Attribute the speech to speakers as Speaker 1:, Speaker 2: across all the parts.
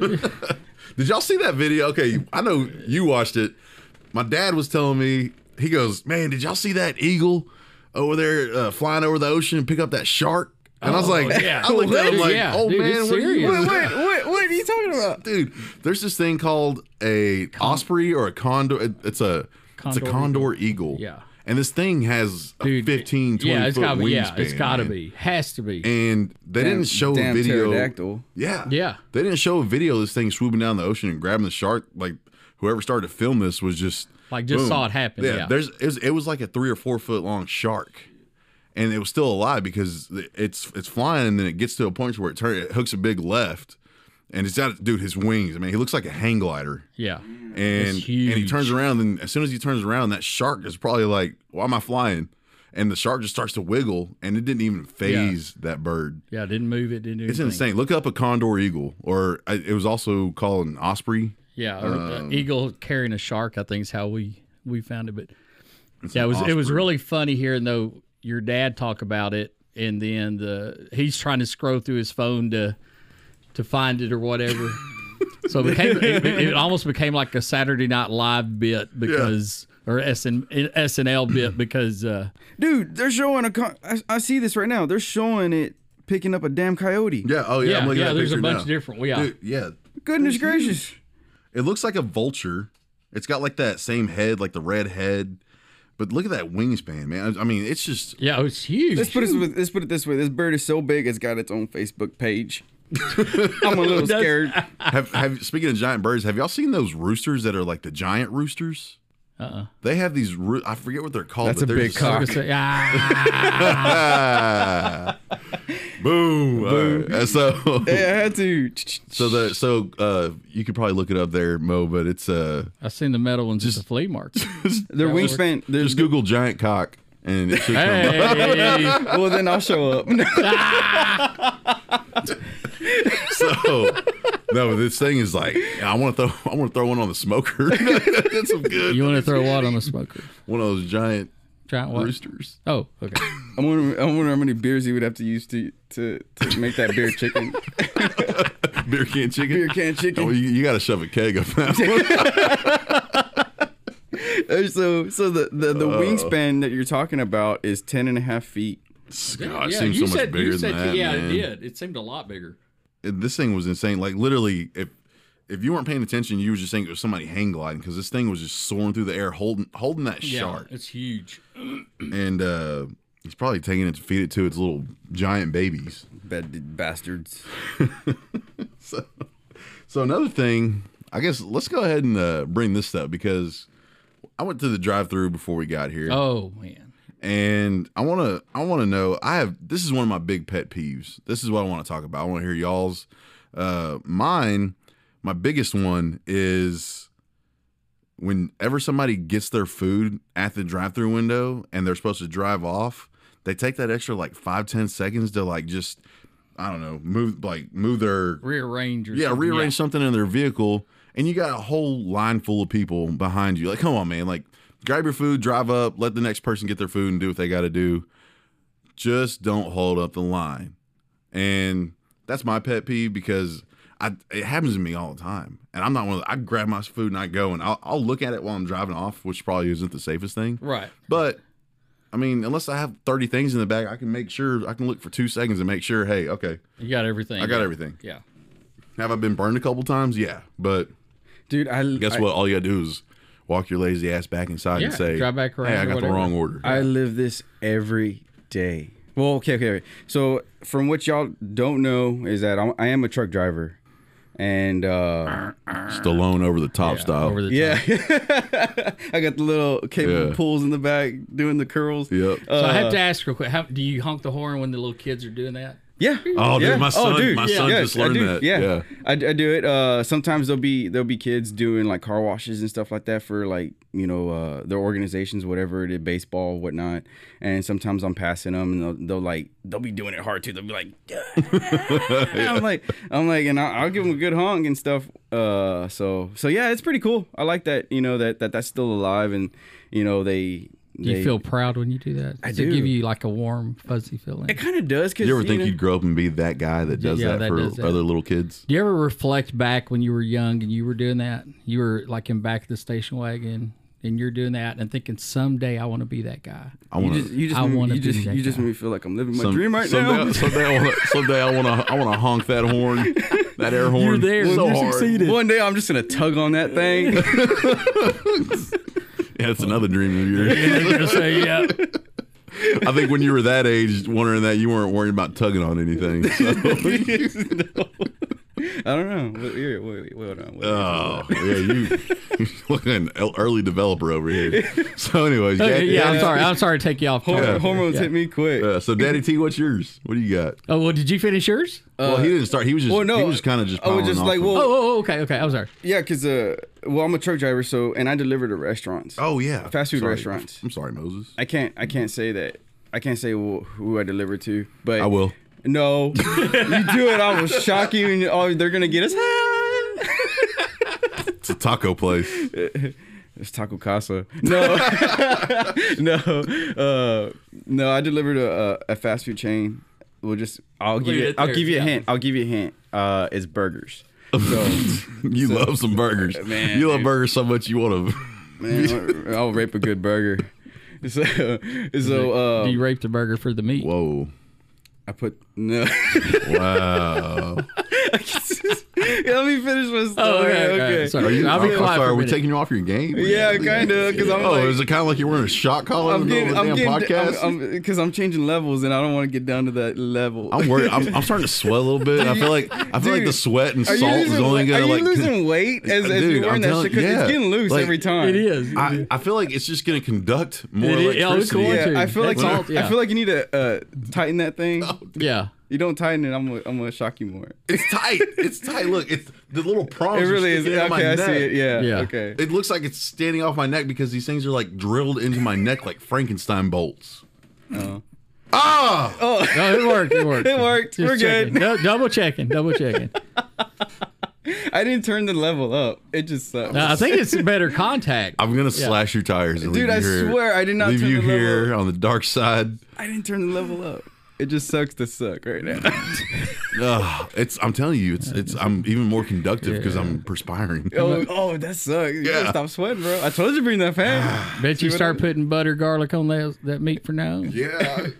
Speaker 1: Did y'all see that video? Okay, I know you watched it. My dad was telling me, he goes, Man, did y'all see that eagle over there uh, flying over the ocean and pick up that shark? And I was
Speaker 2: Oh,
Speaker 1: like,
Speaker 2: yeah.
Speaker 1: I looked at him
Speaker 2: Dude,
Speaker 1: like,
Speaker 2: yeah.
Speaker 1: Oh
Speaker 2: Dude,
Speaker 1: man,
Speaker 2: it's
Speaker 1: what are you, what-
Speaker 2: serious.
Speaker 1: what-
Speaker 3: What, what, what are you talking about?
Speaker 1: dude, there's this thing called a osprey or a condor. it- It's a it's
Speaker 2: Condor
Speaker 1: a condor eagle.
Speaker 2: Yeah.
Speaker 1: And this thing has a
Speaker 2: Dude,
Speaker 1: 15, 20
Speaker 2: yeah, it's
Speaker 1: foot
Speaker 2: gotta be.
Speaker 1: wingspan.
Speaker 2: Yeah, it's gotta
Speaker 1: man.
Speaker 2: be. Has to be.
Speaker 1: And they didn't show
Speaker 3: damn
Speaker 1: a video.
Speaker 3: pterodactyl.
Speaker 1: Yeah.
Speaker 2: Yeah.
Speaker 1: They didn't show a video of this thing swooping down the ocean and grabbing the shark. Like whoever started to film this was just
Speaker 2: Like, just
Speaker 1: boom.
Speaker 2: saw it happen, yeah.
Speaker 1: There's it was, it was like a three or four foot long shark. And it was still alive because it's it's flying and then it gets to a point where it turns it hooks a big left and it's out dude, his wings, I mean, he looks like a hang glider.
Speaker 2: yeah.
Speaker 1: And and he
Speaker 2: huge.
Speaker 1: turns around and as soon as he turns around, that shark is probably like, Why am I flying? And the shark just starts to wiggle and it didn't even phase that bird.
Speaker 2: Yeah, didn't move it. Didn't do
Speaker 1: It's
Speaker 2: anything.
Speaker 1: insane. Look up a condor eagle, or I- it was also called an osprey.
Speaker 2: Yeah, or the
Speaker 1: Um,
Speaker 2: eagle carrying a shark. I think is how we we found it. But yeah, it was it was
Speaker 1: osprey.
Speaker 2: really funny hearing though your dad talk about it, and then the he's trying to scroll through his phone to to find it or whatever. so it became it, it almost became like a Saturday Night Live bit because or SN, SNL bit because uh,
Speaker 3: Dude, they're showing a. Con- I, I see this right now. They're showing it picking up a damn coyote.
Speaker 1: Yeah. Oh yeah.
Speaker 2: yeah
Speaker 1: I'm
Speaker 2: yeah,
Speaker 1: looking at that
Speaker 2: there's a
Speaker 1: picture
Speaker 2: bunch
Speaker 1: now.
Speaker 2: of different yeah
Speaker 1: Dude, yeah.
Speaker 3: Goodness gracious.
Speaker 1: It looks like a vulture. It's got like that same head, like the red head. But look at that wingspan, man. I- I mean, it's just
Speaker 2: yeah it was huge.
Speaker 3: Let's put, it, with- let's put it this way. This bird is so big, it's got its own Facebook page. I'm a little scared.
Speaker 1: have have speaking of giant birds, have y'all seen those roosters that are like the giant roosters? Uh-uh. They have these. Roo- I forget what they're called.
Speaker 3: That's
Speaker 1: but
Speaker 3: a
Speaker 1: they're
Speaker 3: big
Speaker 1: just-
Speaker 3: cock.
Speaker 2: I was gonna say, ah,
Speaker 1: Ah. Boom. All right. So
Speaker 3: Yeah, I had to.
Speaker 1: so the so uh, you could probably look it up there, Mo. But it's uh
Speaker 2: I seen the metal ones at the flea market.
Speaker 3: Their wingspan. There's
Speaker 1: Just Google giant cock and it should come up.
Speaker 2: Hey.
Speaker 3: Well, then I'll show up.
Speaker 1: So no, this thing is like I want to throw I want to throw one on the smoker. That's some good.
Speaker 2: You want to throw what on the smoker?
Speaker 1: one of those giant
Speaker 2: Giant what?
Speaker 1: roosters.
Speaker 2: Oh, okay.
Speaker 3: I wonder, I wonder how many beers he would have to use to to, to make that beer chicken.
Speaker 1: Beer can chicken.
Speaker 3: Beer can chicken.
Speaker 1: Oh, you, you got to shove a keg up that one.
Speaker 3: so so the, the, the
Speaker 1: Uh.
Speaker 3: wingspan that you're talking about is 10 and a half feet.
Speaker 1: God, it seems so much bigger than that.
Speaker 2: yeah,
Speaker 1: man.
Speaker 2: it did. It seemed a lot bigger.
Speaker 1: It- This thing was insane. Like literally, if if you weren't paying attention, you were just think it was somebody hang gliding because this thing was just soaring through the air, holding holding that shark.
Speaker 2: it's huge.
Speaker 1: and uh, he's probably taking it to feed it to its little giant babies.
Speaker 3: Bad bastards.
Speaker 1: So another thing, I guess let's go ahead and uh, bring this up because I went to the drive-through before we got here,
Speaker 2: Oh man,
Speaker 1: and I want to I want to know. I have this is one of my big pet peeves. This is what I want to talk about. I want to hear y'all's. Uh, mine, my biggest one is whenever somebody gets their food at the drive-through window and they're supposed to drive off, they take that extra like five ten seconds to like just I don't know move like move their
Speaker 2: rearrange. Or
Speaker 1: yeah,
Speaker 2: something.
Speaker 1: rearrange something in their vehicle, and you got a whole line full of people behind you. Like, come on, man! Like, grab your food, drive up, let the next person get their food and do what they got to do. Just don't hold up the line, and that's my pet peeve because I it happens to me all the time, and I'm not one. Of the, I grab my food and I go, and I'll, I'll look at it while I'm driving off, which probably isn't the safest thing,
Speaker 2: Yeah. Right.
Speaker 1: but. I mean, unless I have 30 things in the bag, I can make sure, I can look for two seconds and make sure, hey, okay,
Speaker 2: You got everything.
Speaker 1: I got everything.
Speaker 2: Yeah.
Speaker 1: Have I been burned a couple times? Yeah, but
Speaker 3: Dude, I
Speaker 1: guess
Speaker 3: I,
Speaker 1: what? All you gotta do is walk your lazy ass back inside and
Speaker 2: Yeah,
Speaker 1: say,
Speaker 2: drive back around
Speaker 1: "Hey, I
Speaker 2: or
Speaker 1: got the
Speaker 2: whatever."
Speaker 1: wrong order."
Speaker 3: I live this every day. Well, okay, okay. okay. So, from what y'all don't know is that I'm, I am a truck driver, and uh,
Speaker 1: Stallone over the top style.
Speaker 2: Over the top.
Speaker 3: yeah, I got the little cable
Speaker 1: Yeah.
Speaker 3: pulls in the back doing the Uh, curls.
Speaker 1: yep.
Speaker 2: So I have to ask real quick: how, Do you honk the horn when the little kids are doing that?
Speaker 3: Yeah.
Speaker 1: Oh, dude,
Speaker 3: yeah.
Speaker 1: my son-
Speaker 3: oh, dude.
Speaker 1: my son
Speaker 3: yeah.
Speaker 1: just
Speaker 3: I
Speaker 1: learned
Speaker 3: do.
Speaker 1: that.
Speaker 3: Yeah,
Speaker 1: Yeah.
Speaker 3: I, I do it. Uh, sometimes there'll be there'll be kids doing like car washes and stuff like that for like you know uh, their organizations, whatever it is, baseball, whatnot. And sometimes I'm passing them, and they'll, they'll like they'll be doing it hard too. They'll be like, I'm like, I'm like, and I'll, I'll give them a good honk and stuff. Uh, so so yeah, it's pretty cool. I like that. You know that that that's still alive, and you know they
Speaker 2: Do you
Speaker 3: they-
Speaker 2: feel proud when you do that?
Speaker 3: I
Speaker 2: Does it give
Speaker 3: do.
Speaker 2: you like a warm, fuzzy feeling?
Speaker 3: It kind of does because
Speaker 1: You ever think you'd grow up and be that guy that does
Speaker 2: Yeah,
Speaker 1: that
Speaker 2: that
Speaker 1: for
Speaker 2: does that.
Speaker 1: other little kids?
Speaker 2: Do you ever reflect back when you were young and you were doing that? You were like in back of the station wagon and you're doing that and thinking someday I want to be that guy.
Speaker 1: I
Speaker 3: you
Speaker 1: want
Speaker 3: just you just
Speaker 2: I
Speaker 3: made me-
Speaker 2: wanna
Speaker 3: you
Speaker 2: be
Speaker 3: just
Speaker 2: that
Speaker 3: you just
Speaker 2: guy.
Speaker 3: made me feel like I'm living my
Speaker 1: Some-
Speaker 3: dream right
Speaker 1: someday,
Speaker 3: now.
Speaker 1: someday I want to. Someday I want to. I want to honk that horn, that air horn.
Speaker 2: there.
Speaker 1: so
Speaker 2: You
Speaker 1: hard.
Speaker 2: succeeded.
Speaker 3: One day I'm just gonna tug on that thing.
Speaker 1: Yeah, that's another dream of yours.
Speaker 2: They're gonna say, yeah.
Speaker 1: I think when you were that age, wondering that you weren't worried about tugging on anything. So.
Speaker 3: I don't know. Wait, wait, wait, wait, hold on. Wait,
Speaker 1: oh yeah, you you're looking an el- early developer over here. So, anyways,
Speaker 2: Yeah,
Speaker 1: Jack-
Speaker 2: I'm sorry. I'm sorry to take you off.
Speaker 3: Hor-
Speaker 2: target.
Speaker 3: Hormones
Speaker 2: Yeah.
Speaker 3: hit me quick.
Speaker 1: Uh, so, Daddy T, what's yours? What do you got?
Speaker 2: Oh well, did you finish yours?
Speaker 1: well, he didn't start. He was just.
Speaker 3: Uh, well, no,
Speaker 1: he was kind of just.
Speaker 3: I was
Speaker 1: piling
Speaker 3: just
Speaker 1: off
Speaker 3: like,
Speaker 1: of-
Speaker 3: well-
Speaker 2: Oh, oh, oh, okay, okay. I'm sorry.
Speaker 3: Yeah, because uh, well, I'm a truck driver, so and I deliver to restaurants.
Speaker 1: oh yeah,
Speaker 3: fast food
Speaker 1: Sorry.
Speaker 3: restaurants.
Speaker 1: I'm sorry, Moses.
Speaker 3: I can't I can't say that. I can't say wh- who I deliver to, but
Speaker 1: I will.
Speaker 3: No, you do it. I will shock you, and oh, they're gonna get us. "Ah."
Speaker 1: It's a taco place.
Speaker 3: It's Taco Casa. No, no, uh, no. I delivered a, a, a fast food chain. We'll just. I'll give
Speaker 2: Leave
Speaker 3: you.
Speaker 2: it
Speaker 3: I'll
Speaker 2: there,
Speaker 3: give you a
Speaker 2: yeah.
Speaker 3: hint. I'll give you a hint. Uh, it's burgers.
Speaker 1: You love some burgers,
Speaker 3: uh, Man,
Speaker 1: You love
Speaker 3: dude.
Speaker 1: burgers so much you want to.
Speaker 3: Man, I'll, I'll rape a good burger. So, so uh,
Speaker 2: Do you rape the burger for the meat?
Speaker 1: Whoa!
Speaker 3: I put no.
Speaker 1: Wow.
Speaker 3: Let me finish my story.
Speaker 2: Oh, okay, okay.
Speaker 3: okay.
Speaker 2: Sorry.
Speaker 1: Are you?
Speaker 2: I'll
Speaker 1: I'm,
Speaker 2: be quiet
Speaker 1: sorry.
Speaker 2: for a
Speaker 1: Are we
Speaker 2: minute.
Speaker 1: taking you off your game?
Speaker 3: Yeah, kinda, 'cause I'm
Speaker 1: oh,
Speaker 3: like-
Speaker 1: is it kind of like you're wearing a shot collar in
Speaker 3: I'm
Speaker 1: the middle
Speaker 3: getting,
Speaker 1: of
Speaker 3: I'm
Speaker 1: the damn
Speaker 3: getting,
Speaker 1: podcast? I'm,
Speaker 3: because I'm, changing levels, and I don't want to get down to that level.
Speaker 1: worried. I'm, I'm starting to sweat a little bit. I feel like I feel like the
Speaker 3: Dude,
Speaker 1: sweat and
Speaker 3: Are
Speaker 1: salt
Speaker 3: you
Speaker 1: is
Speaker 3: losing,
Speaker 1: only
Speaker 3: weight?
Speaker 1: gonna
Speaker 3: are you
Speaker 1: like.
Speaker 3: losing weight as, as
Speaker 1: Dude,
Speaker 3: you're
Speaker 1: I'm
Speaker 3: wearing that
Speaker 1: telling-
Speaker 3: shit? Because
Speaker 1: yeah.
Speaker 3: it's getting loose
Speaker 1: Like-
Speaker 3: every time.
Speaker 2: It is.
Speaker 1: I, I feel like it's just gonna conduct more
Speaker 2: It is- yeah, it's
Speaker 1: electricity.
Speaker 2: going
Speaker 3: Yeah,
Speaker 2: to.
Speaker 3: I feel like
Speaker 2: That's all-
Speaker 3: I
Speaker 2: yeah.
Speaker 3: feel like you need to uh, tighten that thing.
Speaker 2: yeah.
Speaker 3: You don't tighten it, I'm gonna, I'm gonna shock you more.
Speaker 1: It's tight. It's tight. Look, it's the little prongs.
Speaker 3: It
Speaker 1: are
Speaker 3: really is.
Speaker 1: sticking out of my
Speaker 3: Okay, I
Speaker 1: neck.
Speaker 3: see it. Yeah.
Speaker 2: Yeah.
Speaker 3: Okay.
Speaker 1: It looks like it's standing off my neck because these things are like drilled into my neck like Frankenstein bolts.
Speaker 3: Oh.
Speaker 1: Ah!
Speaker 2: No, it worked. It worked.
Speaker 3: It worked. We're
Speaker 2: checking.
Speaker 3: good.
Speaker 2: No, double checking. Double checking.
Speaker 3: I didn't turn the level up. It just sucks.
Speaker 2: Now, I think it's better contact.
Speaker 1: I'm gonna slash your tires, and
Speaker 3: Dude,
Speaker 1: leave you
Speaker 3: I
Speaker 1: here-
Speaker 3: swear I did not
Speaker 1: leave
Speaker 3: turn
Speaker 1: you
Speaker 3: the level
Speaker 1: here on the dark side.
Speaker 3: I didn't turn the level up. It just sucks to suck right now.
Speaker 1: Ugh, it's I'm telling you, it's it's I'm even more conductive because I'm perspiring.
Speaker 3: oh, oh, that sucks. You gotta
Speaker 1: Yeah.
Speaker 3: stop sweating, bro. I told you to bring that fan.
Speaker 2: Bet
Speaker 3: See
Speaker 2: you
Speaker 3: what
Speaker 2: start
Speaker 3: I-
Speaker 2: putting butter, garlic on that that meat for now.
Speaker 1: Yeah,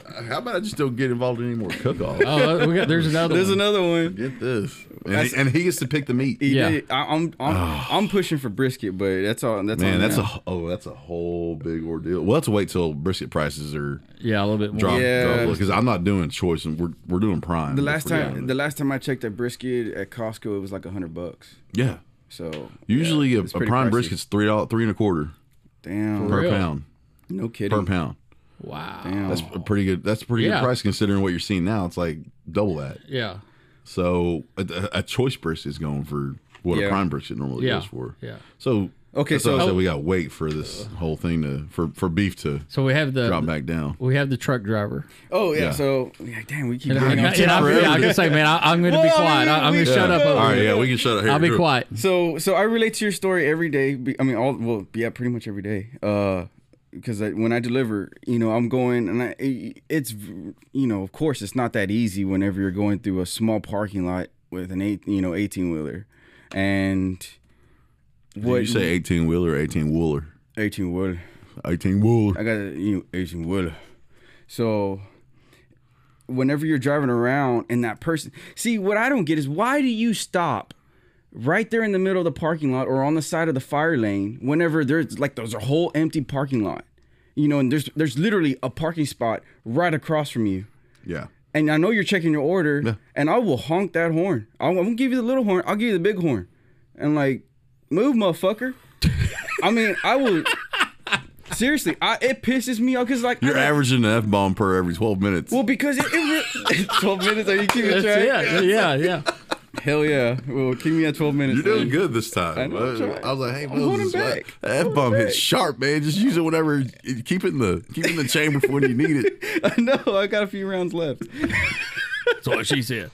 Speaker 1: I- I- how about I just don't get involved in any more cook-off?
Speaker 2: Oh, we got, there's another.
Speaker 3: There's
Speaker 2: one.
Speaker 3: another one.
Speaker 1: Get this, and he, and he gets to pick the meat.
Speaker 3: He
Speaker 2: Yeah.
Speaker 3: did- I, I'm I'm, I'm pushing for brisket, but that's all. That's
Speaker 1: Man,
Speaker 3: all
Speaker 1: that's
Speaker 3: now.
Speaker 1: a oh, that's a whole big ordeal. We'll have to wait till brisket prices are
Speaker 2: Yeah, a little bit more.
Speaker 1: drop
Speaker 3: Yeah.
Speaker 1: because I'm not doing choice and we're we're doing prime.
Speaker 3: The
Speaker 1: if
Speaker 3: last
Speaker 1: we're
Speaker 3: time,
Speaker 1: doing it.
Speaker 3: the last time I checked at brisket at Costco, it was like a hundred bucks.
Speaker 1: yeah.
Speaker 3: So
Speaker 1: Usually
Speaker 3: yeah,
Speaker 1: a,
Speaker 3: it's
Speaker 1: a
Speaker 3: pretty
Speaker 1: prime
Speaker 3: pricey.
Speaker 1: brisket's three dollar three and a quarter
Speaker 3: Damn,
Speaker 1: per
Speaker 2: Really?
Speaker 1: pound
Speaker 3: no
Speaker 1: per
Speaker 3: kidding.
Speaker 1: pound.
Speaker 2: Wow.
Speaker 3: Damn.
Speaker 1: That's a pretty good. That's a pretty
Speaker 2: Yeah.
Speaker 1: good price considering what you're seeing now. It's like double that.
Speaker 2: Yeah.
Speaker 1: So a, a- a choice brisket is going for what
Speaker 3: Yeah.
Speaker 1: a prime brisket normally
Speaker 2: Yeah.
Speaker 1: goes for.
Speaker 2: Yeah.
Speaker 1: So
Speaker 3: Okay,
Speaker 1: that's why I
Speaker 3: so-
Speaker 1: said we got to wait for this whole thing to for for beef to
Speaker 2: So we have the
Speaker 1: drop back down.
Speaker 2: we have the truck driver.
Speaker 3: oh yeah,
Speaker 1: Yeah.
Speaker 3: so yeah, damn, we keep.
Speaker 2: And I,
Speaker 3: going
Speaker 2: and
Speaker 3: on.
Speaker 2: I, and I, yeah, I can say, man, I, am going to be
Speaker 3: Well, I
Speaker 2: quiet.
Speaker 3: mean,
Speaker 2: I, am
Speaker 3: we
Speaker 2: going to shut
Speaker 3: should
Speaker 2: up.
Speaker 3: go.
Speaker 1: All
Speaker 2: Over.
Speaker 1: right, yeah, we can shut it. Here.
Speaker 2: I'll be
Speaker 1: Here.
Speaker 2: quiet.
Speaker 3: So so I relate to your story every day. be- I mean, all well, yeah, pretty much every day. Uh, because I, when I deliver, you know, I'm going, and I it's v- you know, of course, it's not that easy whenever you're going through a small parking lot with an eight, you know, eighteen wheeler, and
Speaker 1: Did you say eighteen wheeler, eighteen wooler,
Speaker 3: eighteen wheeler.
Speaker 1: eighteen wooler?
Speaker 3: I got a you know, Asian wood. So whenever you're driving around and that person see what I don't get is why do you stop right there in the middle of the parking lot or on the side of the fire lane whenever there's like there's a whole empty parking lot. You know, and there's there's literally a parking spot right across from you.
Speaker 1: Yeah.
Speaker 3: And I know you're checking your order, and I will honk that horn. I won't give you the little horn. I'll give you the big horn, and like, move, motherfucker. I mean, I will. Seriously, I, it pisses me off because like I
Speaker 1: You're
Speaker 3: don't-
Speaker 1: averaging an F bomb per every 12 minutes.
Speaker 3: Well, because it, it re- twelve minutes. Are you keeping
Speaker 2: That's
Speaker 3: track?
Speaker 2: it. Yeah, yeah.
Speaker 3: Hell yeah. Well, keep me at twelve minutes.
Speaker 1: You're doing
Speaker 3: man.
Speaker 1: good this time. I,
Speaker 3: know, I'm trying.
Speaker 1: I was like, hey,
Speaker 3: I'm holding
Speaker 1: Moses, what-
Speaker 3: back.
Speaker 1: that F bomb hits sharp, man. Just use it whenever. Keep it in the keep it in the chamber for when you need it.
Speaker 3: I know. I got a few rounds left.
Speaker 2: That's what she said.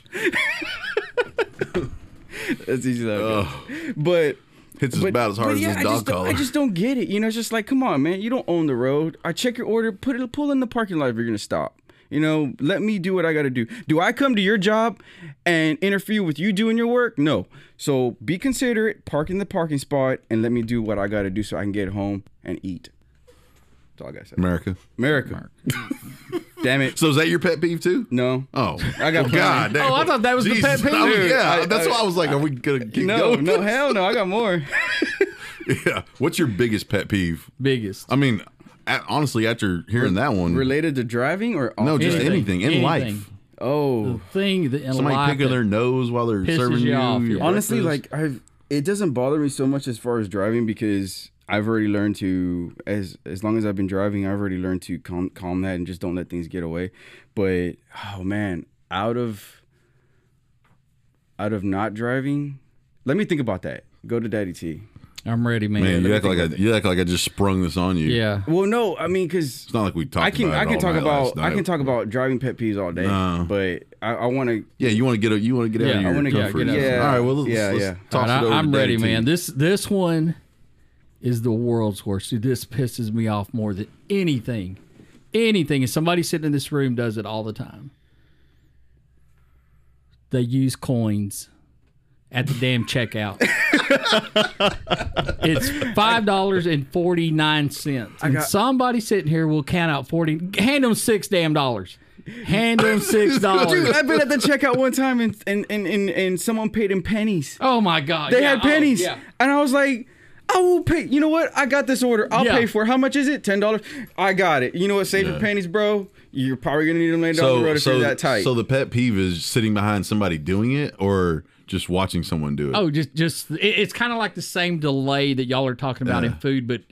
Speaker 3: That's easy. Though.
Speaker 1: Ugh.
Speaker 3: But
Speaker 1: Hits us about as hard as
Speaker 3: yeah,
Speaker 1: this
Speaker 3: I
Speaker 1: dog
Speaker 3: just don't-
Speaker 1: collar.
Speaker 3: I just don't get it. You know, it's just like, come on, man. You don't own the road. I check your order. Put it, pull in the parking lot if you're gonna stop. You know, let me do what I gotta do. Do I come to your job and interfere with you doing your work? No. So be considerate. Park in the parking spot and let me do what I gotta do so I can get home and eat. That's all I gotta say.
Speaker 1: America.
Speaker 3: America. Damn it.
Speaker 1: So is that your pet peeve too?
Speaker 3: No.
Speaker 1: Oh,
Speaker 3: I got
Speaker 1: Well, God.
Speaker 3: plenty.
Speaker 1: damn.
Speaker 2: Oh, I thought that was the
Speaker 1: Jesus.
Speaker 2: pet peeve.
Speaker 1: I was- yeah,
Speaker 3: Dude, I-
Speaker 1: that's
Speaker 3: I-
Speaker 1: why I was like, are we gonna keep
Speaker 3: No,
Speaker 1: going?
Speaker 3: no, hell no. I got more.
Speaker 1: yeah. What's your biggest pet peeve?
Speaker 2: Biggest.
Speaker 1: I mean, a honestly, after hearing that one,
Speaker 3: Related to driving or off-
Speaker 1: no, just
Speaker 2: Anything,
Speaker 1: anything, in
Speaker 2: anything.
Speaker 1: life.
Speaker 2: The
Speaker 3: Oh.
Speaker 2: thing that in
Speaker 1: Somebody
Speaker 2: life
Speaker 1: picking
Speaker 2: that-
Speaker 1: their nose while they're
Speaker 2: pisses
Speaker 1: serving
Speaker 2: you
Speaker 1: you.
Speaker 2: off,
Speaker 1: your
Speaker 2: yeah.
Speaker 3: honestly
Speaker 1: breakfast.
Speaker 3: like i've it doesn't bother me so much as far as driving because i've already learned to as as long as i've been driving i've already learned to calm calm that and just don't let things get away but oh man out of out of not driving let me think about that go to daddy t
Speaker 2: I'm ready, man.
Speaker 1: man, you act
Speaker 3: think
Speaker 1: like I,
Speaker 3: about it.
Speaker 1: you act like I just sprung this on you.
Speaker 2: yeah.
Speaker 3: well no i mean because
Speaker 1: it's not like we talked.
Speaker 3: I can
Speaker 1: about it
Speaker 3: I can
Speaker 1: all
Speaker 3: talk
Speaker 1: night last
Speaker 3: about I can
Speaker 1: night.
Speaker 3: talk about driving pet peeves all day,
Speaker 1: Nah.
Speaker 3: but I, I want to
Speaker 1: Yeah, you want to get you want to get
Speaker 2: Yeah,
Speaker 1: out
Speaker 2: I
Speaker 1: of your
Speaker 3: wanna get-
Speaker 1: comfort
Speaker 2: get out of
Speaker 1: zone.
Speaker 3: it.
Speaker 1: All right, well, let's,
Speaker 3: Yeah,
Speaker 1: let's
Speaker 3: yeah.
Speaker 1: toss
Speaker 2: All right,
Speaker 1: it over
Speaker 2: I, am
Speaker 1: to
Speaker 2: ready,
Speaker 1: Daddy T.
Speaker 2: man. This this one is the world's worst. Dude, this pisses me off more than anything. Anything. And somebody sitting in this room does it all the time. They use coins at the damn checkout. it's five dollars and forty nine cents. And
Speaker 3: got-
Speaker 2: somebody sitting here will count out forty. Hand them six damn dollars. Hand them six
Speaker 3: Dude,
Speaker 2: dollars.
Speaker 3: I've been at the checkout one time and and and and, and someone paid in pennies.
Speaker 2: Oh my god.
Speaker 3: They
Speaker 2: Yeah,
Speaker 3: had
Speaker 2: oh,
Speaker 3: pennies.
Speaker 2: yeah.
Speaker 3: And I was like, I will pay. You know what? I got this order. I'll
Speaker 2: Yeah.
Speaker 3: pay for it. How much is it? Ten dollars. I got it. You know what? Save
Speaker 1: Yeah.
Speaker 3: your pennies, bro. You're probably gonna need them later down the road
Speaker 1: So,
Speaker 3: if you're
Speaker 1: so,
Speaker 3: that tight.
Speaker 1: so the pet peeve is sitting behind somebody doing it or just watching someone do it.
Speaker 2: Oh, just just it, it's kind of like the same delay that y'all are talking about in food, but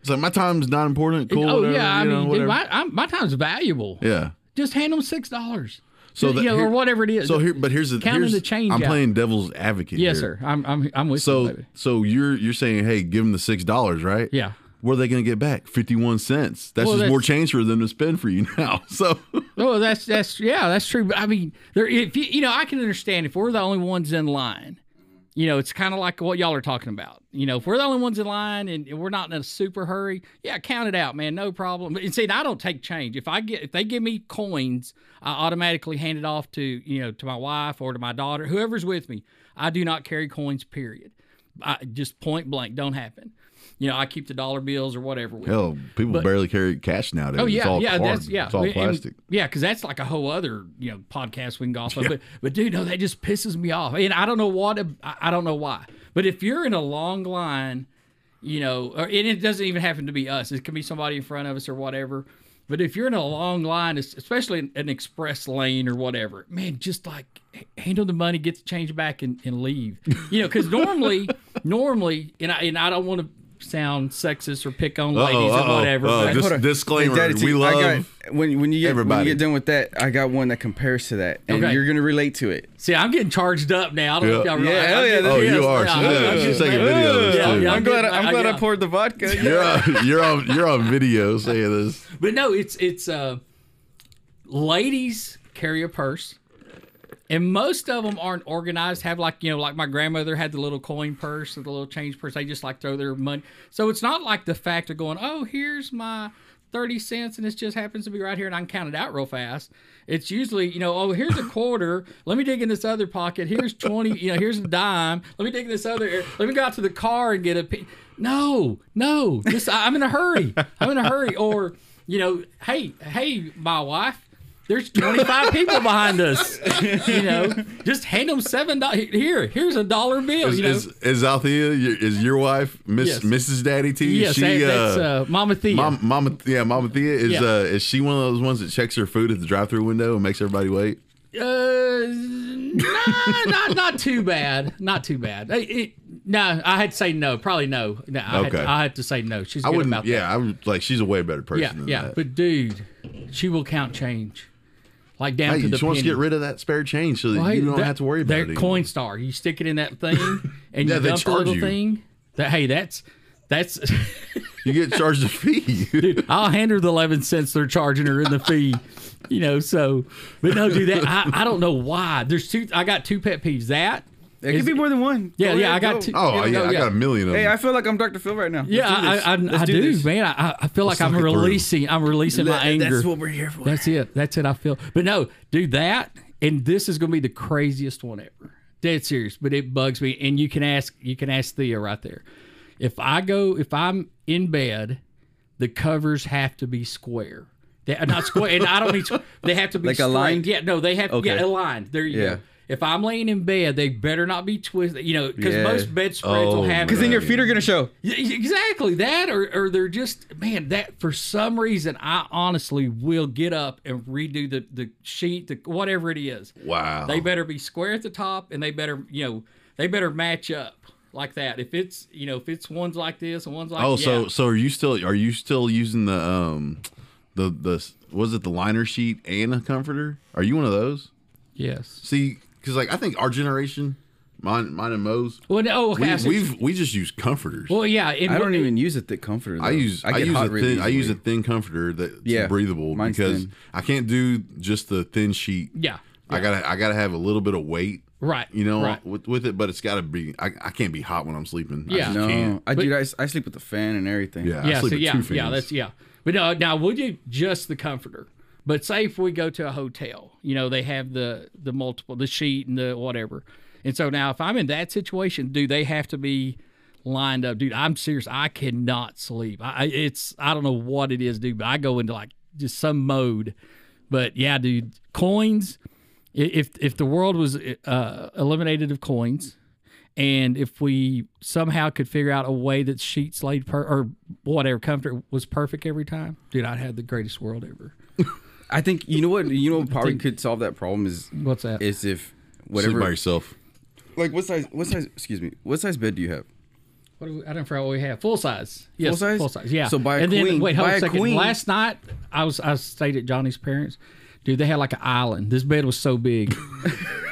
Speaker 1: It's like my time's not important. Cool.
Speaker 2: oh
Speaker 1: whatever,
Speaker 2: yeah, I
Speaker 1: you know,
Speaker 2: mean,
Speaker 1: whatever.
Speaker 2: dude, my, I'm, my time's valuable.
Speaker 1: yeah.
Speaker 2: Just hand them six dollars.
Speaker 1: So
Speaker 2: So
Speaker 1: that-
Speaker 2: you know,
Speaker 1: here-
Speaker 2: or whatever it is.
Speaker 1: So here, but here's the
Speaker 2: Counting
Speaker 1: here's,
Speaker 2: the change
Speaker 1: I'm
Speaker 2: out.
Speaker 1: playing devil's advocate.
Speaker 2: yes,
Speaker 1: here.
Speaker 2: sir. I'm I'm I'm with you.
Speaker 1: So
Speaker 2: baby.
Speaker 1: so you're you're saying, hey, give them the six dollars, right?
Speaker 2: Yeah.
Speaker 1: What are they going to get back? Fifty one cents. That's
Speaker 2: Well,
Speaker 1: just
Speaker 2: that's-
Speaker 1: more change for them to spend for you now. So
Speaker 2: Oh, that's that's yeah, that's true. But I mean, there if you, you know, I can understand if we're the only ones in line. You know, it's kind of like what y'all are talking about. You know, if we're the only ones in line and we're not in a super hurry, yeah, count it out, man, no problem. And see, and I don't take change. If I get if they give me coins, I automatically hand it off to you know to my wife or to my daughter, whoever's with me. I do not carry coins. Period. I, just point blank, don't happen. You know, I keep the dollar bills or whatever. With me.
Speaker 1: hell, people barely carry cash nowadays.
Speaker 2: Oh yeah,
Speaker 1: it's all
Speaker 2: yeah,
Speaker 1: card.
Speaker 2: that's yeah,
Speaker 1: It's all
Speaker 2: And-
Speaker 1: plastic.
Speaker 2: yeah, because that's like a whole other you know podcast we can go off of. But but dude, no, that just pisses me off, and I don't know what I I don't know why. But if you're in a long line, you know, or, and it doesn't even happen to be us; it can be somebody in front of us or whatever. But if you're in a long line, es- especially in an express lane or whatever, man, just like h- handle the money, get the change back, and, and leave. You know, because normally, normally, and I and I don't want to sound sexist or pick on ladies
Speaker 1: Uh-oh, uh-oh,
Speaker 2: or whatever.
Speaker 1: uh-oh,
Speaker 2: but-
Speaker 1: dis-
Speaker 3: Hold on.
Speaker 1: disclaimer:
Speaker 3: Hey, Daddy T,
Speaker 1: We
Speaker 3: I got-
Speaker 1: love.
Speaker 3: when when you get when
Speaker 1: everybody.
Speaker 3: you get done with that, I got one that compares to that, and
Speaker 2: Okay.
Speaker 3: you're gonna relate to it.
Speaker 2: See, I'm getting charged up now. I don't know if
Speaker 1: Yeah.
Speaker 2: y'all realize.
Speaker 3: Yeah,
Speaker 2: I'm
Speaker 3: hell yeah,
Speaker 2: getting
Speaker 1: Oh,
Speaker 2: pissed.
Speaker 1: you are.
Speaker 2: Yeah,
Speaker 1: She's
Speaker 2: I'm- I'm
Speaker 1: taking- She's
Speaker 2: just-
Speaker 1: taking video of
Speaker 2: Uh-huh. Yeah,
Speaker 1: this
Speaker 2: yeah,
Speaker 1: too.
Speaker 2: I'm glad- I'm glad I
Speaker 3: poured the vodka.
Speaker 1: You're on, you're on you're on video saying this.
Speaker 2: But no, it's it's uh, ladies carry a purse, and most of them aren't organized. Have like you know, like my grandmother had the little coin purse or the little change purse. They just like throw their money. So it's not like the fact of going, oh, here's my. 30 cents and it just happens to be right here and I can count it out real fast. It's usually, you know, oh, here's a quarter. Let me dig in this other pocket. Here's 20, you know, here's a dime. Let me dig in this other. Let me go out to the car and get a pe- No, no. Just I- I'm in a hurry. I'm in a hurry or, you know, hey, hey, my wife, there's 25 people behind us. You know, just hand them seven dollars. Here, here's a dollar bill.
Speaker 1: Is,
Speaker 2: you know,
Speaker 1: is, is Althea your, is your wife Miss
Speaker 2: Yes.
Speaker 1: Mrs. Daddy T?
Speaker 2: yes,
Speaker 1: she,
Speaker 2: that- that's
Speaker 1: uh,
Speaker 2: uh, Mama Thea.
Speaker 1: Mom, Mama, yeah, Mama Thea is
Speaker 2: Yeah.
Speaker 1: uh, is she one of those ones that checks her food at the drive-through window and makes everybody wait?
Speaker 2: Uh, nah, not not too bad. Not too bad. It, it, no, I had to say no. Probably no. No, I,
Speaker 1: Okay.
Speaker 2: had, I had to say no. She's
Speaker 1: I
Speaker 2: good
Speaker 1: wouldn't.
Speaker 2: about that.
Speaker 1: yeah, I would like. She's a way better person.
Speaker 2: yeah,
Speaker 1: than
Speaker 2: yeah.
Speaker 1: that.
Speaker 2: But dude, she will count change, like down
Speaker 1: hey,
Speaker 2: to
Speaker 1: she
Speaker 2: the
Speaker 1: wants to
Speaker 2: penny.
Speaker 1: get rid of that spare change so that
Speaker 2: Hey,
Speaker 1: you don't
Speaker 2: that-
Speaker 1: have to worry about
Speaker 2: that
Speaker 1: it. anymore.
Speaker 2: Coinstar, you stick it in that thing, and
Speaker 1: Yeah,
Speaker 2: you
Speaker 1: they
Speaker 2: dump the
Speaker 1: charge
Speaker 2: little
Speaker 1: you.
Speaker 2: thing. That hey, that's that's.
Speaker 1: You get charged a fee.
Speaker 2: dude, I'll hand her the eleven cents they're charging her in the fee. You know, so but no, dude, that I, I don't know why. There's two I got two pet peeves. That
Speaker 3: It could
Speaker 2: Is-
Speaker 3: be more than one.
Speaker 2: Yeah,
Speaker 3: Go
Speaker 2: yeah,
Speaker 3: ahead,
Speaker 2: I got
Speaker 3: go.
Speaker 2: two.
Speaker 1: Oh,
Speaker 2: Yeah,
Speaker 1: yeah,
Speaker 2: yeah.
Speaker 1: I got a million of them.
Speaker 3: Hey, I feel like I'm Dr. Phil right now.
Speaker 2: Yeah,
Speaker 3: Let's do
Speaker 2: I,
Speaker 3: this.
Speaker 2: I, I
Speaker 3: Let's
Speaker 2: do,
Speaker 3: this.
Speaker 2: man. I- I, I feel like
Speaker 1: talk
Speaker 2: I'm
Speaker 1: it through.
Speaker 2: releasing. I'm releasing my
Speaker 3: That-
Speaker 2: anger.
Speaker 3: That's what we're here for.
Speaker 2: That's it. That's it. I feel. But no, do that, and this is going to be the craziest one ever. Dead serious, but it bugs me. And you can ask. You can ask Thea right there. If I go, if I'm in bed, the covers have to be square. They, uh, not square, and I don't mean squ- they have to be
Speaker 3: Like
Speaker 2: straight.
Speaker 3: aligned?
Speaker 2: Yeah, no, they have
Speaker 3: Okay.
Speaker 2: yeah aligned. There you
Speaker 3: Yeah.
Speaker 2: go. If I'm laying in bed, they better not be twisted. You know, because
Speaker 3: Yeah.
Speaker 2: most bedspreads
Speaker 1: Oh,
Speaker 2: will have
Speaker 1: man.
Speaker 3: Because then your feet are gonna show.
Speaker 2: yeah, Exactly that, or or they're just man that for some reason I honestly will get up and redo the the sheet, the whatever it is.
Speaker 1: wow.
Speaker 2: They better be square at the top, and they better you know they better match up like that. If it's you know if it's ones like this and ones like
Speaker 1: oh,
Speaker 2: yeah.
Speaker 1: so so are you still are you still using the um the the was it the liner sheet and a comforter? Are you one of those?
Speaker 2: yes.
Speaker 1: See, because like I think our generation, mine mine and Mo's,
Speaker 2: Well, no,
Speaker 1: we,
Speaker 2: okay, we, have
Speaker 1: we've we just use comforters.
Speaker 2: well, yeah. It,
Speaker 3: I don't
Speaker 2: it-
Speaker 3: even use a thick comforter. Though.
Speaker 1: I use I,
Speaker 3: get
Speaker 1: use a
Speaker 3: hot really
Speaker 1: thin I use a
Speaker 3: easily.
Speaker 1: thin comforter that's
Speaker 3: Yeah,
Speaker 1: breathable
Speaker 3: mine's
Speaker 1: because
Speaker 3: thin.
Speaker 1: I can't do just the thin sheet.
Speaker 2: Yeah,
Speaker 1: I gotta I gotta have a little bit of weight,
Speaker 2: right.
Speaker 1: you know,
Speaker 2: right.
Speaker 1: with, with it. But it's gotta be I, I can't be hot when I'm sleeping. I
Speaker 2: Yeah.
Speaker 1: just
Speaker 3: No,
Speaker 1: can't.
Speaker 3: I
Speaker 2: But-
Speaker 3: do. I, s- I sleep with the fan and everything.
Speaker 1: Yeah, I
Speaker 2: yeah,
Speaker 1: sleep
Speaker 2: so
Speaker 1: with
Speaker 2: yeah,
Speaker 1: two fans.
Speaker 2: yeah, that's yeah. But no, now would you just the comforter? But say if we go to a hotel, you know, they have the the multiple, the sheet and the whatever. And so now, if I'm in that situation, do they have to be lined up, dude? I'm serious. I cannot sleep. I I- it's I don't know what it is, dude, but I go into like just some mode. But yeah, dude, coins. i- If if the world was uh, eliminated of coins, and if we somehow could figure out a way that sheets laid per or whatever comfort was perfect every time, dude, I'd have the greatest world ever.
Speaker 3: I think you know what you know what probably could solve that problem is
Speaker 2: What's that?
Speaker 3: is if
Speaker 1: Sleep by
Speaker 3: whatever
Speaker 1: yourself.
Speaker 3: like what size what size excuse me what size bed do you have?
Speaker 2: what do we, I don't forget what we have. Full size. Yes,
Speaker 3: Full size?
Speaker 2: Full size. Yeah.
Speaker 3: So buy a
Speaker 2: and
Speaker 3: queen.
Speaker 2: Then, wait, hold on
Speaker 3: Buy a
Speaker 2: a second.
Speaker 3: queen.
Speaker 2: Last night I was I stayed at Johnny's parents. Dude, they had like an island. This bed was so big.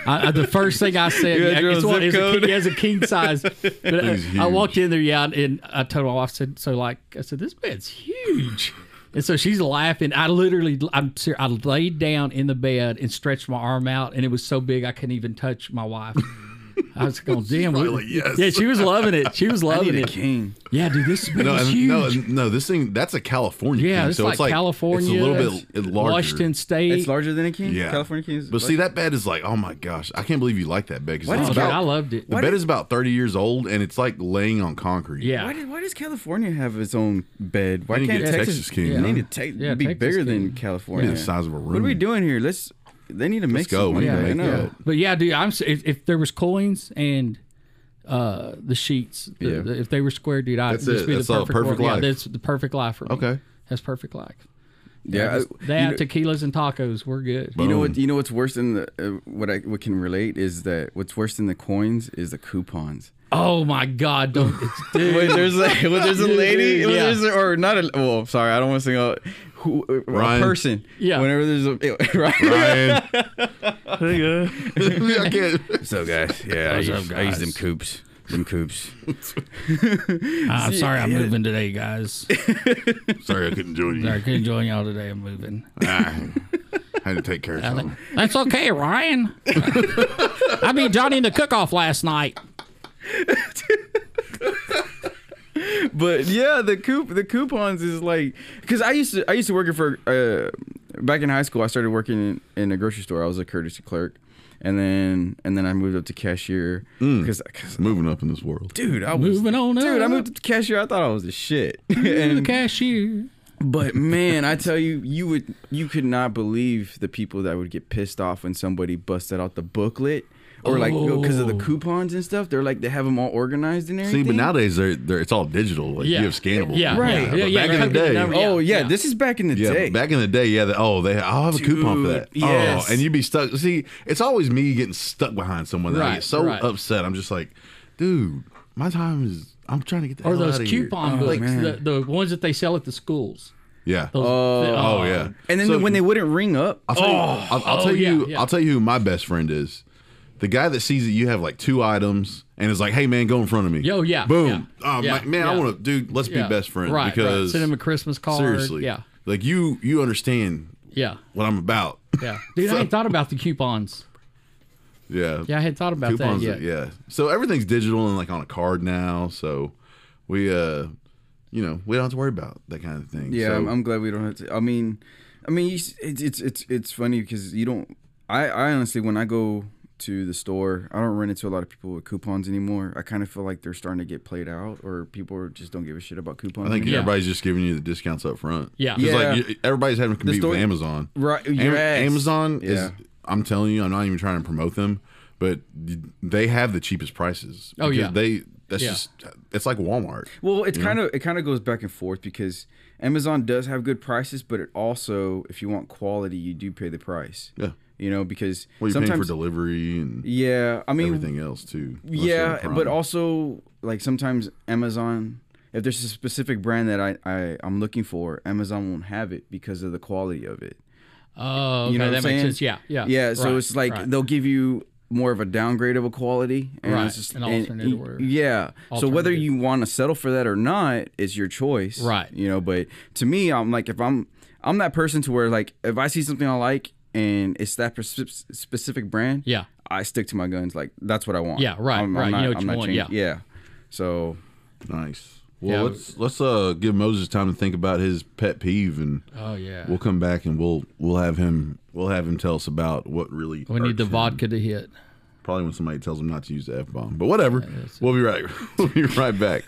Speaker 2: I, I, the first thing I said,
Speaker 3: You had your
Speaker 2: it's
Speaker 3: own
Speaker 2: what
Speaker 3: zip
Speaker 2: is a,
Speaker 3: code.
Speaker 2: king, it's a king size. But I,
Speaker 1: It's
Speaker 2: I
Speaker 1: huge.
Speaker 2: walked in there, yeah, and I told my wife, I said, so like, I said, this bed's huge. And so she's laughing. I literally, I'm serious. I laid down in the bed and stretched my arm out, and it was so big I couldn't even touch my wife. I was going, damn. we-
Speaker 1: like, "Yes."
Speaker 2: Yeah, she was loving it. She was
Speaker 3: I
Speaker 2: loving
Speaker 3: need a
Speaker 2: it.
Speaker 3: king.
Speaker 2: Yeah, dude, this bed
Speaker 1: No,
Speaker 2: is
Speaker 1: and-
Speaker 2: huge.
Speaker 1: no, and- no. This thing that's a California.
Speaker 2: yeah,
Speaker 1: thing,
Speaker 2: it's
Speaker 1: so
Speaker 2: like,
Speaker 1: it's like
Speaker 2: California.
Speaker 1: It's a little bit larger.
Speaker 2: Washington State.
Speaker 3: It's larger than a king.
Speaker 1: Yeah,
Speaker 3: California kings.
Speaker 1: But see, that bed is like, oh my gosh, I can't believe you like that bed. 'cause
Speaker 3: Why
Speaker 1: it's
Speaker 2: Oh,
Speaker 3: did
Speaker 2: dude,
Speaker 3: you-
Speaker 1: about-
Speaker 2: I loved it.
Speaker 1: the bed is about thirty years old, and it's like laying on concrete.
Speaker 2: Yeah.
Speaker 3: Why, did, why does California have its own bed? Why
Speaker 1: They need to
Speaker 3: can't
Speaker 1: get
Speaker 3: Texas,
Speaker 1: Texas king,
Speaker 3: They
Speaker 1: huh?
Speaker 3: need to te-
Speaker 2: Yeah,
Speaker 3: be
Speaker 2: Texas
Speaker 3: bigger
Speaker 2: king.
Speaker 3: than California.
Speaker 1: the size of a room.
Speaker 3: What are we doing here? Let's. They need to make
Speaker 1: go.
Speaker 3: some
Speaker 1: We need
Speaker 2: to
Speaker 3: money. I
Speaker 2: make
Speaker 3: know.
Speaker 1: that.
Speaker 2: But yeah, dude, I'm s- if, if there was coins and uh the sheets, the-
Speaker 3: Yeah.
Speaker 2: the- if they were square, dude, I'd
Speaker 1: That's
Speaker 2: just
Speaker 1: it.
Speaker 2: be
Speaker 1: That's
Speaker 2: the
Speaker 1: all
Speaker 2: perfect,
Speaker 1: perfect
Speaker 2: world.
Speaker 1: life.
Speaker 2: Yeah, that's the perfect life for me.
Speaker 1: Okay. Uh,
Speaker 2: that's perfect life.
Speaker 3: Yeah,
Speaker 2: Just
Speaker 3: I-
Speaker 2: that
Speaker 3: you know-
Speaker 2: tequilas and tacos, we're good.
Speaker 3: You know what? You know what's worse than the uh, what I what can relate is that what's worse than the coins is the coupons.
Speaker 2: Oh my god, don't dude.
Speaker 3: Wait, there's like, well, there's a lady,
Speaker 2: Yeah.
Speaker 3: well, there's a, or not a, well, sorry, I don't want to sing out who, uh, a
Speaker 1: Ryan.
Speaker 3: person.
Speaker 2: Yeah.
Speaker 3: Whenever there's a, right?
Speaker 1: Ryan. I can't.
Speaker 3: So, guys, yeah, I
Speaker 2: What's up,
Speaker 3: use, I use them
Speaker 2: guys?
Speaker 3: coops. Them coops.
Speaker 2: I'm sorry, I'm
Speaker 3: yeah.
Speaker 2: moving today, guys.
Speaker 1: Sorry, I couldn't join you.
Speaker 2: I couldn't join y'all today. I'm moving.
Speaker 1: Ah, had to take care of something.
Speaker 2: That's okay, Ryan. I beat Johnny in the cook-off last night.
Speaker 3: But yeah, the coup the coupons is like because I used to I used to work for uh, back in high school. I started working in, in a grocery store. I was a courtesy clerk, and then and then I moved up to cashier because
Speaker 1: Moving up in this world.
Speaker 3: dude, I was
Speaker 2: Moving on
Speaker 3: Dude, I
Speaker 2: up. Mm-hmm.
Speaker 3: moved up to cashier. I thought I was the shit.
Speaker 2: You're the
Speaker 3: and,
Speaker 2: cashier.
Speaker 3: but man, I tell you, you would you could not believe the people that would get pissed off when somebody busted out the booklet or like because of the
Speaker 2: Oh.
Speaker 3: coupons and stuff. They're like they have them all organized and
Speaker 1: See,
Speaker 3: everything.
Speaker 1: but nowadays they're, they're it's all digital. Like
Speaker 2: Yeah.
Speaker 1: you have scannable.
Speaker 2: Yeah.
Speaker 3: Right.
Speaker 1: But
Speaker 2: Yeah, yeah,
Speaker 1: back
Speaker 2: yeah.
Speaker 1: in the day.
Speaker 2: Number-
Speaker 3: oh yeah,
Speaker 2: yeah.
Speaker 3: this is back in the
Speaker 1: Yeah,
Speaker 3: day.
Speaker 1: back in the day, yeah. They, oh, they, I'll have a coupon for that.
Speaker 3: Dude, yes.
Speaker 1: Oh, and you'd be stuck. See, it's always me getting stuck behind someone that I
Speaker 2: Right,
Speaker 1: get so
Speaker 2: right.
Speaker 1: upset. I'm just like, dude, my time is. I'm trying to get the
Speaker 2: Or
Speaker 1: hell
Speaker 2: those
Speaker 1: out of Oh,
Speaker 2: coupon
Speaker 1: here. Like,
Speaker 2: books, the, the ones that they sell at the schools. uh,
Speaker 1: yeah.
Speaker 2: Those- the-
Speaker 1: oh yeah.
Speaker 3: and then
Speaker 1: So-
Speaker 3: when they wouldn't ring up,
Speaker 1: I'll tell you, I'll, I'll
Speaker 2: Oh,
Speaker 1: tell
Speaker 2: yeah,
Speaker 1: you
Speaker 2: yeah.
Speaker 1: I'll tell you who my best friend is. The guy that sees that you have like two items and is like, "Hey man, go in front of me."
Speaker 2: Yo, yeah,
Speaker 1: Boom.
Speaker 2: yeah,
Speaker 1: oh,
Speaker 2: yeah,
Speaker 1: my, man, I
Speaker 2: yeah.
Speaker 1: want to, dude. Let's
Speaker 2: yeah.
Speaker 1: be best friends
Speaker 2: Right, right.
Speaker 1: because
Speaker 2: send them a Christmas card.
Speaker 1: seriously,
Speaker 2: Yeah.
Speaker 1: like you you understand
Speaker 2: Yeah.
Speaker 1: what I'm about.
Speaker 2: Yeah. Dude, I ain't thought about the coupons.
Speaker 1: Yeah.
Speaker 2: Yeah, I had thought about
Speaker 1: Coupons.
Speaker 2: that.
Speaker 1: Yeah.
Speaker 2: yet.
Speaker 1: So everything's digital and like on a card now. So we, uh, you know, we don't have to worry about that kind of thing.
Speaker 3: Yeah,
Speaker 1: So-
Speaker 3: I'm, I'm glad we don't have to. I mean, I mean, you, s- it's it's it's it's funny because you don't. I I honestly, when I go to the store, I don't run into a lot of people with coupons anymore. I kind of feel like they're starting to get played out, or people are- just don't give a shit about coupons.
Speaker 1: I think
Speaker 2: Yeah.
Speaker 1: everybody's just giving you the discounts up front.
Speaker 2: Yeah.
Speaker 1: 'Cause, like
Speaker 3: Yeah.
Speaker 1: you- everybody's having to compete
Speaker 3: store-
Speaker 1: with Amazon.
Speaker 3: right.
Speaker 1: Am-
Speaker 3: Yes.
Speaker 1: Amazon is.
Speaker 3: Yeah.
Speaker 1: I'm telling you, I'm not even trying to promote them, but y- they have the cheapest prices.
Speaker 2: Oh,
Speaker 1: Because
Speaker 2: yeah.
Speaker 1: They. That's
Speaker 2: Yeah.
Speaker 1: just. It's like Walmart.
Speaker 3: Well, it's kind of it kind of goes back and forth because Amazon does have good prices, but it also, if you want quality, you do pay the price.
Speaker 1: Yeah.
Speaker 3: You know, because
Speaker 1: Well, you're paying for
Speaker 3: sometimes.
Speaker 1: delivery and
Speaker 3: yeah, I mean,
Speaker 1: everything else too. unless you're on
Speaker 3: yeah
Speaker 1: Prime.
Speaker 3: but also like sometimes amazon if there's a specific brand that I, I i'm looking for amazon won't have it because of the quality of it
Speaker 2: Oh, okay,
Speaker 3: you know what
Speaker 2: that
Speaker 3: I'm
Speaker 2: makes
Speaker 3: saying?
Speaker 2: sense. Yeah, yeah,
Speaker 3: yeah so
Speaker 2: Right,
Speaker 3: it's like
Speaker 2: right.
Speaker 3: they'll give you more of a downgrade of a quality and
Speaker 2: Right,
Speaker 3: it's just
Speaker 2: an
Speaker 3: and-
Speaker 2: alternate or-
Speaker 3: yeah so whether
Speaker 2: Alternative.
Speaker 3: you want to settle for that or not it's your choice
Speaker 2: Right.
Speaker 3: you know but to me i'm like if i'm i'm that person to where like if i see something i like and it's that pers- specific brand
Speaker 2: yeah.
Speaker 3: I stick to my guns. Like that's what I want.
Speaker 2: Yeah, right, right. You know what you want,
Speaker 3: changing- yeah. So
Speaker 1: Nice. Well,
Speaker 2: Yeah.
Speaker 1: let's let's uh give Moses time to think about his pet peeve, and
Speaker 2: Oh yeah.
Speaker 1: we'll come back and we'll we'll have him we'll have him tell us about what really.
Speaker 2: we need
Speaker 1: irks
Speaker 2: the
Speaker 1: him.
Speaker 2: vodka to hit.
Speaker 1: Probably when somebody tells him not to use the f bomb, but whatever. We'll be right. We'll be right back.